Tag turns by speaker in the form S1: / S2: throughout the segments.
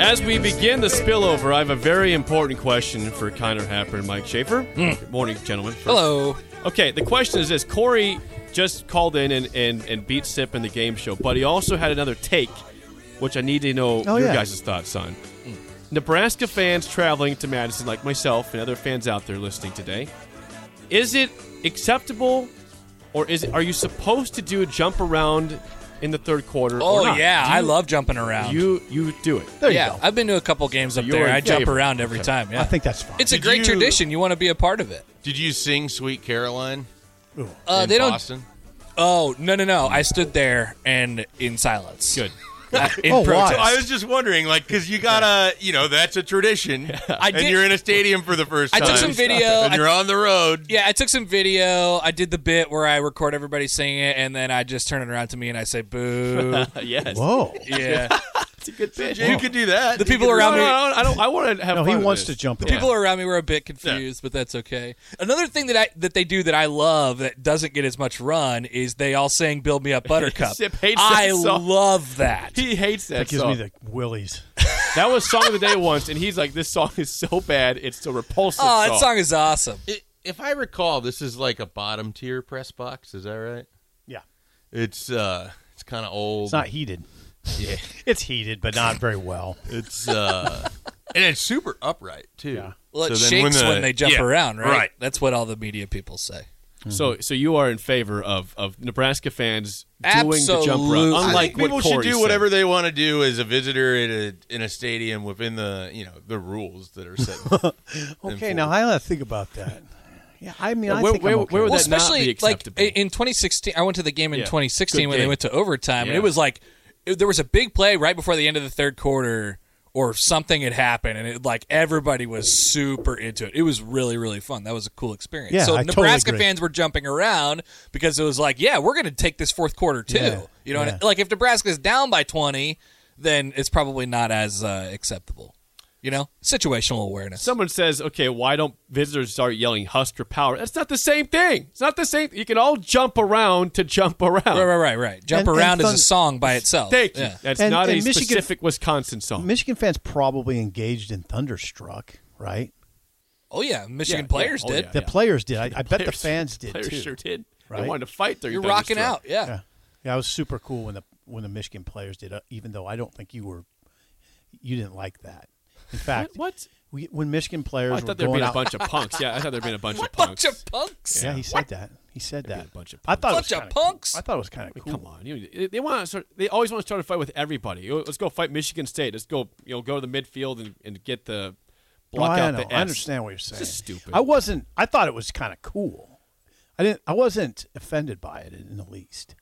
S1: As we begin the spillover, I have a very important question for Connor Happer and Mike Schaefer. Good morning, gentlemen.
S2: Hmm. Hello.
S1: Okay, the question is this Corey just called in and, and, and beat Sip in the game show, but he also had another take, which I need to know
S3: Oh,
S1: your
S3: yeah.
S1: guys' thoughts on. Nebraska fans traveling to Madison, like myself and other fans out there listening today, is it acceptable or is it, are you supposed to do a jump around in the third quarter? or
S2: Oh
S1: not?
S2: yeah,
S1: Do
S2: I
S1: you-
S2: love jumping around.
S1: You you do it. There
S2: yeah, I've been to a couple games up
S1: you're
S2: there.
S1: in
S2: I jump
S1: favor.
S2: around every
S1: Okay.
S2: time. Yeah,
S3: I think that's fine.
S2: it's a
S4: Did
S2: great
S4: you-
S2: tradition. You want to be a part of it.
S4: Did you sing "Sweet Caroline"?
S2: Uh,
S4: in
S2: they don't.
S4: Boston?
S2: Oh no no no! I stood there and in silence.
S1: Good.
S2: in
S3: Oh, why?
S2: protest.
S4: I was just wondering, like, because you gotta, you know, that's a tradition.
S2: I
S4: and
S2: did-
S4: you're in a stadium for the first
S2: I
S4: time.
S2: took some video.
S4: And
S2: I-
S4: you're on the road.
S2: Yeah, I took some video. I did the bit where I record everybody singing it, and then I just turn it around to me and I say boo.
S1: yes.
S3: Whoa.
S2: yeah,
S1: It's a good pitch.
S4: You could do that.
S2: the people around
S1: no,
S2: me.
S1: no, no, I don't. I want to have.
S3: No, he
S1: fun with
S3: wants
S1: this.
S3: to jump
S2: The
S3: around.
S2: people around me were a bit confused, but that's okay. Another thing that I that they do that I love that doesn't get as much run is they all sang "Build Me Up, Buttercup."
S1: Sip hates
S2: I
S1: that song.
S2: love that.
S1: He hates that,
S3: That gives
S1: song.
S3: me the willies.
S1: that was song of the day once, and he's like, "This song is so bad, it's so repulsive."
S2: Oh, that song is awesome.
S4: It- if I recall, this is like a bottom tier press box. Is that right?
S3: Yeah.
S4: It's uh, it's kind of old.
S3: It's not heated.
S4: Yeah.
S3: It's heated, but not very well.
S4: It's uh, and it's super upright too.
S3: Yeah.
S2: Well, it
S4: So then
S2: shakes when,
S4: the-
S2: they jump
S4: yeah,
S2: around, right?
S4: Right.
S2: That's what all the media people say.
S1: So, so you are in favor of of Nebraska fans doing the jump run,
S2: Absolutely.
S4: I
S1: unlike
S4: think people
S1: what
S4: should
S1: Corey
S4: do
S1: said.
S4: whatever they want to do as a visitor in a in a stadium within the you know the rules that are set.
S3: Okay, now I gotta think about that. Yeah, I mean, I
S1: Where-
S3: think
S1: where-
S3: I'm okay.
S1: where would
S2: Well,
S1: that not be
S2: especially like
S1: acceptable?
S2: in 2016, I went to the game in
S1: Yeah.
S2: 2016
S1: Good
S2: when they
S1: game.
S2: went to overtime, and
S1: Yeah.
S2: it was like it- there was a big play right before the end of the third quarter, or something had happened, and it like everybody was super into it. It was really really fun. That was a cool experience.
S3: Yeah,
S2: so
S3: I totally
S2: Nebraska
S3: agree.
S2: fans were jumping around because it was like, yeah, we're going to take this fourth quarter too.
S3: Yeah,
S2: You know, what I-
S3: yeah.
S2: like if Nebraska's down by 20, then it's probably not as uh, acceptable. You know, situational awareness.
S1: Someone says, "Okay, why don't visitors start yelling Husker power?" That's not the same thing. It's not the same. You can all jump around to jump around.
S2: Right, right, right, right. Jump
S3: And- and
S2: around is
S3: thun-
S2: a song by itself.
S1: Thank you.
S2: Yeah.
S1: That's
S3: And-
S1: not a
S3: and Michigan-
S1: specific Wisconsin song.
S3: Michigan fans probably engaged in thunderstruck, right?
S2: Oh yeah, Michigan
S1: Yeah,
S2: players
S1: yeah. Oh,
S2: did.
S1: yeah.
S3: The players did. I, I bet the
S1: Players-
S3: fans did
S1: players
S3: too.
S1: sure did. They
S3: Right?
S1: wanted to fight. Their
S2: You're rocking
S1: thunderstruck.
S2: out. Yeah.
S3: Yeah, yeah, it was super cool when the when the Michigan players did. Uh, even though I don't think you were, you didn't like that. In fact,
S1: What?
S3: We, when Michigan players
S1: Oh, I
S3: were
S1: thought there'd
S3: going
S1: be a
S3: out,
S1: bunch of punks. Yeah, I thought there'd be a bunch of punks.
S2: Bunch of punks.
S3: yeah, he said that. He said
S1: There'd be
S3: that.
S1: a bunch of
S3: I thought it was
S2: Bunch of
S3: kinda cool.
S2: punks.
S3: I thought it was kind of cool.
S1: Come on, you, they want to start, They always want to start a fight with everybody. You know, Let's go fight Michigan State. Let's go. You know, go to the midfield and, and get the
S3: No,
S1: block
S3: I,
S1: out
S3: know.
S1: the S.
S3: I understand what you're saying.
S1: is stupid.
S3: I wasn't. I thought it was kind of cool. I didn't. I wasn't offended by it in the least.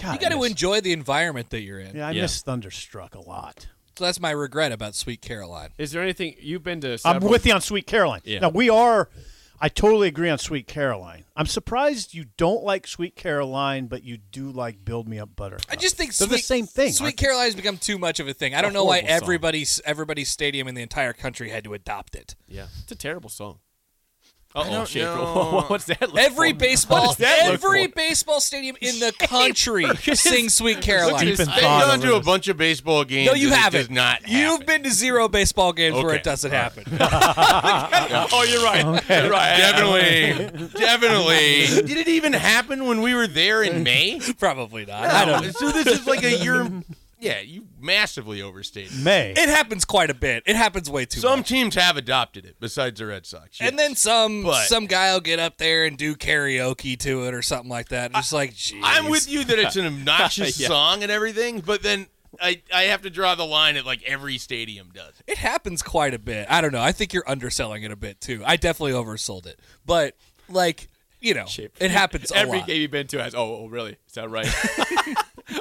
S3: God,
S2: You got
S3: I
S2: to
S3: miss-
S2: enjoy the environment that you're in.
S3: Yeah, I
S1: Yeah.
S3: miss Thunderstruck a lot.
S2: So that's my regret about Sweet Caroline.
S1: Is there anything you've been to?
S3: I'm
S1: Several,
S3: with you on Sweet Caroline.
S1: Yeah.
S3: Now we are. I totally agree on Sweet Caroline. I'm surprised you don't like Sweet Caroline, but you do like Build Me Up Butter.
S2: I just think
S3: they're
S2: Sweet,
S3: the same thing.
S2: Sweet
S3: aren't they?
S2: Caroline has become too much of a thing. I don't
S1: a
S2: know why
S1: horrible song.
S2: everybody's everybody's stadium in the entire country had to adopt it.
S1: Yeah, it's a terrible song. Uh oh,
S4: don't
S1: Schaefer.
S4: know.
S1: What's that? look
S2: Every
S1: for?
S2: baseball,
S1: that look
S2: every
S1: for?
S2: baseball stadium in the country sings Sweet Caroline.
S1: Deep in
S4: I've
S3: thought
S4: gone
S3: of
S4: to a
S3: it.
S4: bunch of baseball games.
S2: No, you
S4: and it
S2: haven't.
S4: Does not.
S2: You've been to zero baseball games where
S4: Okay.
S2: it doesn't happen.
S1: Oh, you're right. You're right.
S4: definitely, definitely. Did it even happen when we were there in May?
S2: Probably not. I don't. know.
S4: So this is like a year. Yeah, you massively overstated.
S3: May.
S2: It happens quite a bit. It happens way too
S4: Some
S2: much.
S4: teams have adopted it, besides the Red Sox. yes.
S2: And then some
S4: But-
S2: some guy will get up there and do karaoke to it or something like that. Just like, geez.
S4: I'm with you that it's an obnoxious
S1: Yeah.
S4: song and everything, but then I, I have to draw the line at like every stadium does. it.
S2: It happens quite a bit. I don't know. I think you're underselling it a bit too. I definitely oversold it, but like you know,
S5: Shape.
S2: it happens a
S5: Every
S2: lot.
S5: game you've been to has. Oh, oh, really? Is that right?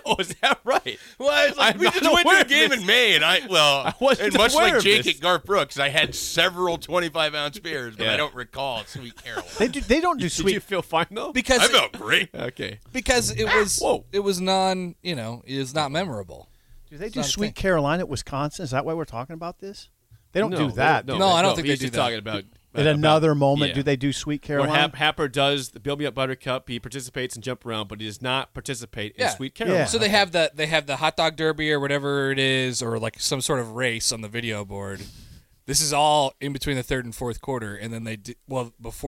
S5: oh, is that right?
S4: Well, it's like
S5: I'm
S4: we
S5: not
S4: just went to
S5: aware
S4: a
S5: of
S4: game
S5: this.
S4: in May, and I well,
S5: wasn't
S4: and much
S5: aware
S4: like
S5: of
S4: Jake
S5: this.
S4: at Garth Brooks, I had several 25 ounce beers, but I don't recall Sweet Carol.
S3: They do. They don't do
S5: Did you
S3: sweet.
S5: feel fine though?
S2: because
S4: I felt great.
S5: Okay.
S2: because it was
S5: Whoa.
S2: it was non you know it was not memorable.
S3: Do they do
S2: not a
S3: sweet
S2: thing.
S3: Caroline at Wisconsin? Is that why we're talking about this? They don't
S1: No,
S3: do that.
S2: No, I don't
S5: but
S2: think
S5: he's
S2: they do
S5: just
S2: that.
S5: talking about
S3: At another moment,
S5: yeah.
S3: do they do sweet
S1: Where
S3: Caroline?
S1: Hap- Happer does the Build Me Up Buttercup, he participates and jump around, but he does not participate in
S2: Yeah.
S1: Sweet Caroline.
S3: Yeah.
S2: So they have the they have the hot dog derby or whatever it is, or like some sort of race on the video board. This is all in between the third and fourth quarter, and then they do, well before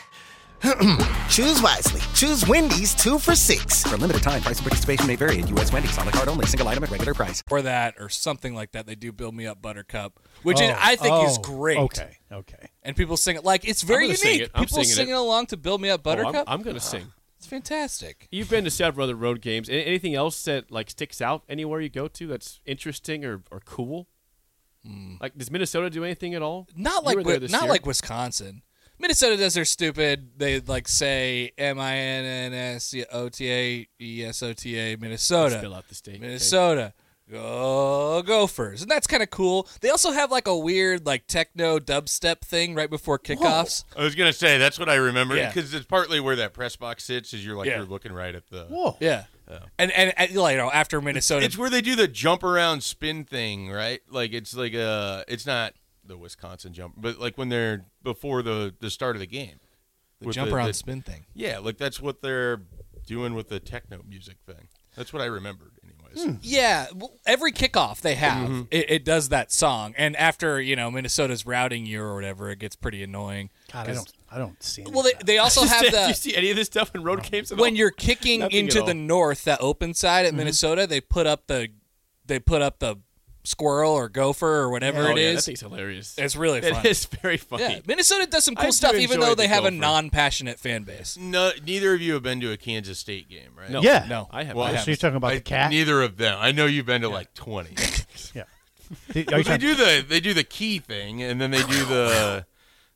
S6: Choose wisely. Choose Wendy's 2 for 6. For limited time, price and participation may vary at U.S. Wendy's on the card only, single item at regular price.
S2: or that or something like that, they do build me up buttercup, which is, I think is
S3: Oh,
S2: great.
S3: Okay. Okay.
S2: and people sing it like it's very
S1: gonna
S2: unique.
S1: sing it. I'm
S2: people
S1: singing it.
S2: singing along to "Build Me Up,
S1: Oh, I'm-
S2: Buttercup."
S1: I'm, going to sing.
S2: it's fantastic.
S1: You've been to several other road games. A- Anything else that like sticks out anywhere you go to that's interesting or, or cool?
S4: Hmm.
S1: Like does Minnesota do anything at all?
S2: Not
S1: You
S2: like
S1: were there
S2: Wi-
S1: this
S2: not
S1: year.
S2: like Wisconsin. Minnesota does their stupid. They like say M I N N S O T A E S O T A Minnesota.
S1: Spill out the state. okay?
S2: Minnesota. Go Gophers. And that's kind of cool. They also have like a weird like techno dubstep thing right before kickoffs.
S4: I was gonna say that's what I remember
S2: Yeah.
S4: because it's partly where that press box sits. Is you're like
S2: Yeah.
S4: you're looking right at the.
S3: Whoa.
S2: Yeah.
S1: Oh.
S2: And, and and, you know after Minnesota
S4: It's where they do the jump around spin thing, right? Like it's like a. It's not the Wisconsin jump, but like when they're before the the start of the game.
S2: the
S4: With
S2: jump around
S4: the-
S2: spin thing.
S4: Yeah, like that's what they're doing with the techno music thing. That's what I remembered, anyways.
S2: Yeah, well, every kickoff they have,
S4: Mm-hmm.
S2: it, it does that song. And after you know Minnesota's routing you or whatever, it gets pretty annoying.
S3: God, I don't. I don't see.
S2: Well, they, they also have
S1: Do you
S2: the
S1: see any of this stuff in road games at all?
S2: when you're kicking
S1: Nothing
S2: into
S1: at
S2: the
S1: all. Mm-hmm.
S2: north, that open side at Minnesota, they put up the they put up the squirrel or gopher or whatever
S1: oh,
S2: it
S1: yeah,
S2: is.
S1: That thing's hilarious.
S2: It's really
S1: It
S2: funny.
S1: is very funny.
S2: Yeah, Minnesota does some
S1: I
S2: cool
S1: do
S2: stuff, even
S1: enjoy
S2: though
S1: the
S2: they have a
S1: gopher.
S2: non-passionate fan base.
S4: No, neither of you have been to a Kansas State game, right?
S1: No,
S3: Yeah.
S1: No, I have.
S4: Well,
S1: I
S3: So
S1: have.
S3: you're talking about
S4: I-
S3: the cat?
S4: Neither of them. I know you've been to like twenty.
S3: yeah. Are
S4: they
S3: you trying-
S4: do the they do the key thing, and then they do the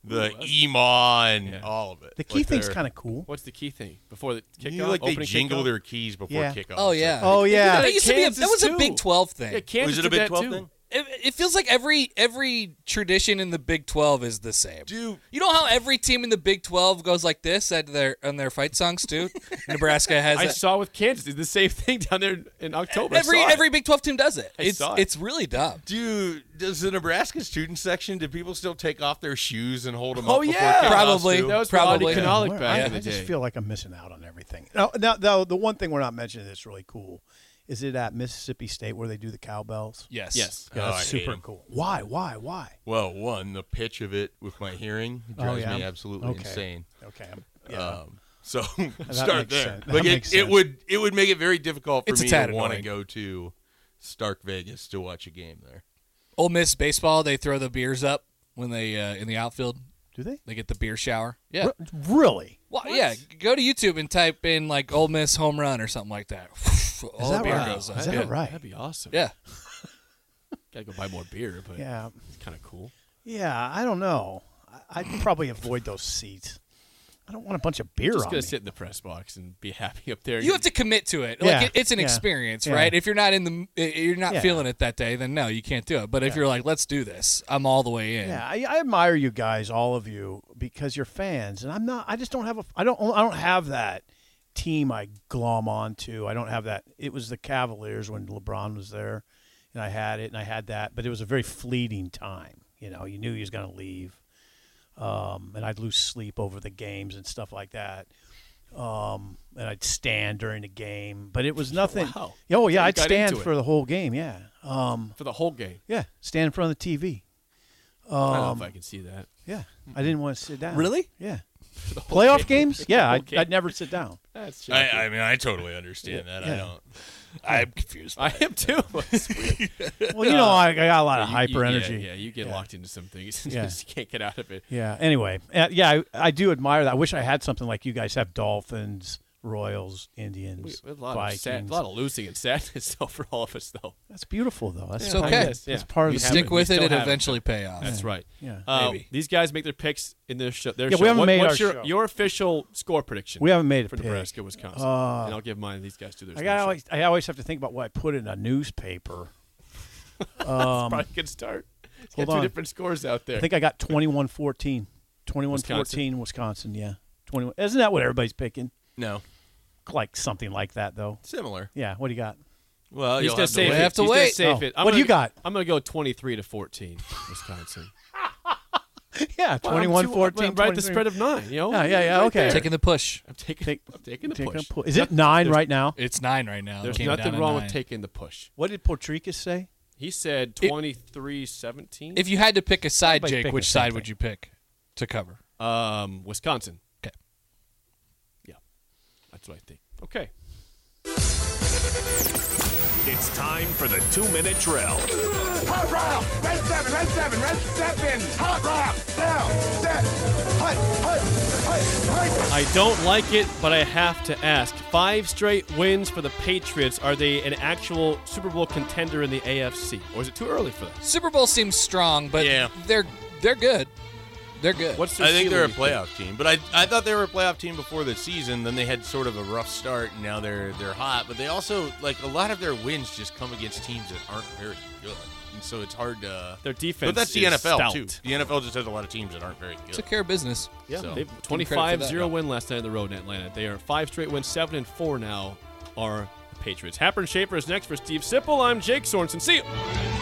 S4: the emaw and all of it.
S3: the key thing's kind of cool.
S1: What's the key thing before the kickoff?
S4: You know, like they
S1: opening
S4: jingle
S1: kickoff?
S4: their keys before
S3: Yeah.
S4: kickoff.
S2: Oh yeah.
S3: Oh yeah.
S2: That used to be a, that
S1: Kansas,
S2: was a
S1: too.
S2: Big Twelve thing.
S1: Yeah, Kansas
S4: Was it
S1: did
S4: a Big
S1: that,
S4: 12
S1: too.
S4: thing?
S2: It, it feels like every every tradition in the Big Twelve is the same.
S4: Dude.
S2: you know how every team in the Big Twelve goes like this at their on their fight songs too. Nebraska has
S1: I
S2: that.
S1: saw with Kansas It's the same thing down there in October. I
S2: every
S1: saw it.
S2: every Big Twelve team does it. it's
S1: saw it.
S2: it's really dumb.
S4: Do does the Nebraska student section? Do people still take off their shoes and hold them?
S1: Oh
S4: up before
S1: yeah,
S4: kickoffs,
S2: Probably.
S4: too?
S1: that was
S2: Probably.
S1: probably
S3: Wow,
S1: Canalic
S3: where-
S1: back
S3: I,
S1: in the
S3: I just
S1: day.
S3: feel like I'm missing out on everything. Now, now, now, the one thing we're not mentioning that's really cool is it at Mississippi State where they do the cowbells.
S2: Yes.
S1: yes,
S3: Yeah,
S4: Oh,
S3: that's
S4: I hate
S3: super
S4: 'em.
S3: cool. Why? Why? Why?
S4: Well, one the pitch of it with my hearing drives
S3: yeah.
S4: me absolutely
S3: Okay.
S4: insane.
S3: Okay. I'm- yeah.
S4: Um, so start
S3: makes
S4: there.
S3: sense. That
S4: Like
S3: makes
S4: it, it
S3: sense.
S4: would it would make it very difficult for
S2: It's a
S4: me
S2: tad
S4: to want to
S2: annoying.
S4: go to Stark Vegas to watch a game there.
S2: Ole Miss baseball, they throw the beers up when they uh, in the outfield.
S3: do they?
S2: They get the beer shower. Yeah.
S3: Re- Really?
S2: Well, yeah. Go to YouTube and type in like Ole Miss home run or something like that. All the
S3: that
S2: beer
S3: right?
S2: goes up.
S3: Is
S2: yeah.
S3: that right?
S1: that'd be awesome.
S2: Yeah.
S1: gotta go buy more beer, but
S3: Yeah.
S1: it's kind of cool.
S3: Yeah. I don't know. I, I'd probably avoid those seats. I don't want a bunch of beer
S1: Just
S3: on
S1: gonna
S3: me.
S1: sit in the press box and be happy up there.
S2: You have to commit to it.
S3: Yeah.
S2: Like it, it's an
S3: Yeah.
S2: experience,
S3: Yeah.
S2: right? If you're not in the, i- you're not
S3: Yeah.
S2: feeling it that day, then no, you can't do it. But if you're like, let's do this, I'm all the way in.
S3: Yeah, I, I admire you guys, all of you, because you're fans, and I'm not. I just don't have a. I don't. I don't have that team I glom onto. I don't have that. It was the Cavaliers when LeBron was there, and I had it, and I had that, but it was a very fleeting time. You know, you knew he was going to leave, um, and I'd lose sleep over the games and stuff like that. Um, and I'd stand during the game, but it was nothing.
S1: Wow.
S3: Oh
S1: So
S3: yeah,
S1: you
S3: I'd
S1: got
S3: stand
S1: into it.
S3: for the whole game. Yeah, um,
S1: for the whole game.
S3: yeah, stand in front of the TV. Um,
S1: I don't know if I can see that.
S3: Yeah, I didn't want to sit down.
S2: Really?
S3: Yeah. Playoff games? Yeah, I'd,
S1: Okay.
S3: I'd never sit down.
S1: That's
S4: I, I mean, I totally understand that. I don't. I'm confused.
S1: I am too.
S3: Well, you know, I, I got a lot of
S1: You-
S3: hyper
S1: you- yeah,
S3: energy.
S1: Yeah, you get locked into some things and
S3: Yeah.
S1: just can't get out of it.
S3: Yeah. Anyway, uh, yeah, I, I do admire that. I wish I had something like you guys have: Dolphins, Royals,
S1: We,
S3: Indians,
S1: we have a lot of
S3: Vikings.
S1: sad, a lot of losing and sadness though for all of us though.
S3: That's beautiful, though. That's
S2: It's okay.
S3: That's, that's part
S2: You
S3: of the
S2: stick with
S1: We
S2: it,
S1: still
S2: it
S1: have it.
S2: eventually pay off.
S1: That's right.
S3: Yeah.
S1: Uh,
S2: Maybe.
S1: these guys make their picks in their show. Their
S3: Yeah, we
S1: show.
S3: haven't
S1: What-
S3: made
S1: what's
S3: our
S1: your,
S3: show.
S1: Your official score prediction.
S3: We haven't made a
S1: for
S3: pick. Uh,
S1: Nebraska, Wisconsin, and I'll give mine. These guys do theirs.
S3: I
S1: in
S3: got
S1: the show.
S3: always, I always have to think about what I put in a newspaper.
S1: probably good start. It's got
S3: hold
S1: two
S3: on.
S1: different scores out there.
S3: I think I got 21-14. 21-14 Wisconsin.
S1: Wisconsin.
S3: yeah. 21. Isn't that what everybody's picking?
S4: No,
S3: Like something like that though.
S4: similar.
S3: Yeah, what do you got?
S4: Well,
S1: He's
S4: you'll
S1: gonna
S4: have
S1: save
S4: to
S1: it.
S4: wait.
S2: have to
S1: He's gonna
S2: wait.
S1: save
S3: Oh.
S1: it. I'm
S3: What do
S1: gonna-
S3: you got?
S1: I'm gonna go 23 to 14, Wisconsin.
S3: Yeah, 21 14
S1: I'm right at the spread of nine. You know.
S3: Oh, Yeah, yeah, yeah,
S1: Right
S3: okay.
S1: there.
S2: Taking the push.
S1: I'm taking.
S3: Take-
S1: I'm taking the
S3: Take
S1: push.
S3: a pull. Is it 9 right now?
S2: It's nine right now.
S1: There's
S2: Came down
S1: nothing
S2: to
S1: wrong
S2: nine.
S1: with taking the push.
S3: What did Portricus say?
S1: He said 23-17.
S2: If you had to pick a side,
S3: Everybody's
S2: Jake,
S3: picking
S2: which
S3: the same
S2: side
S3: thing.
S2: would you pick to cover?
S1: um, Wisconsin.
S2: Okay.
S1: Yeah, that's what I think. Okay.
S7: It's time for the two minute drill.
S8: Hot round, red seven, red seven, red seven. Hot round, down, set, hut, hut, hut, hut.
S1: I don't like it, but I have to ask. Five straight wins for the Patriots. Are they an actual Super Bowl contender in the AFC, or is it too early for that?
S2: Super Bowl seems strong, but
S4: Yeah.
S2: they're they're good. They're good.
S1: What's their
S4: I think
S1: ceiling,
S4: they're a
S1: you think?
S4: playoff team, but I I thought they were a playoff team before the season. Then they had sort of a rough start, and now they're they're hot. But they also like a lot of their wins just come against teams that aren't very good, and so it's hard to.
S1: Their defense.
S4: But that's the
S1: is
S4: NFL
S1: stout.
S4: too. The NFL just has a lot of teams that aren't very good.
S2: took care of business.
S1: Yeah,
S4: So-
S1: they've
S2: credit
S1: 25
S2: for that,
S1: 0
S2: yeah.
S1: win last night on the road in Atlanta. They are five straight wins, seven and four now are the Patriots. Happer and Schaefer is next for Steve Sipple. I'm Jake Sorensen. See you.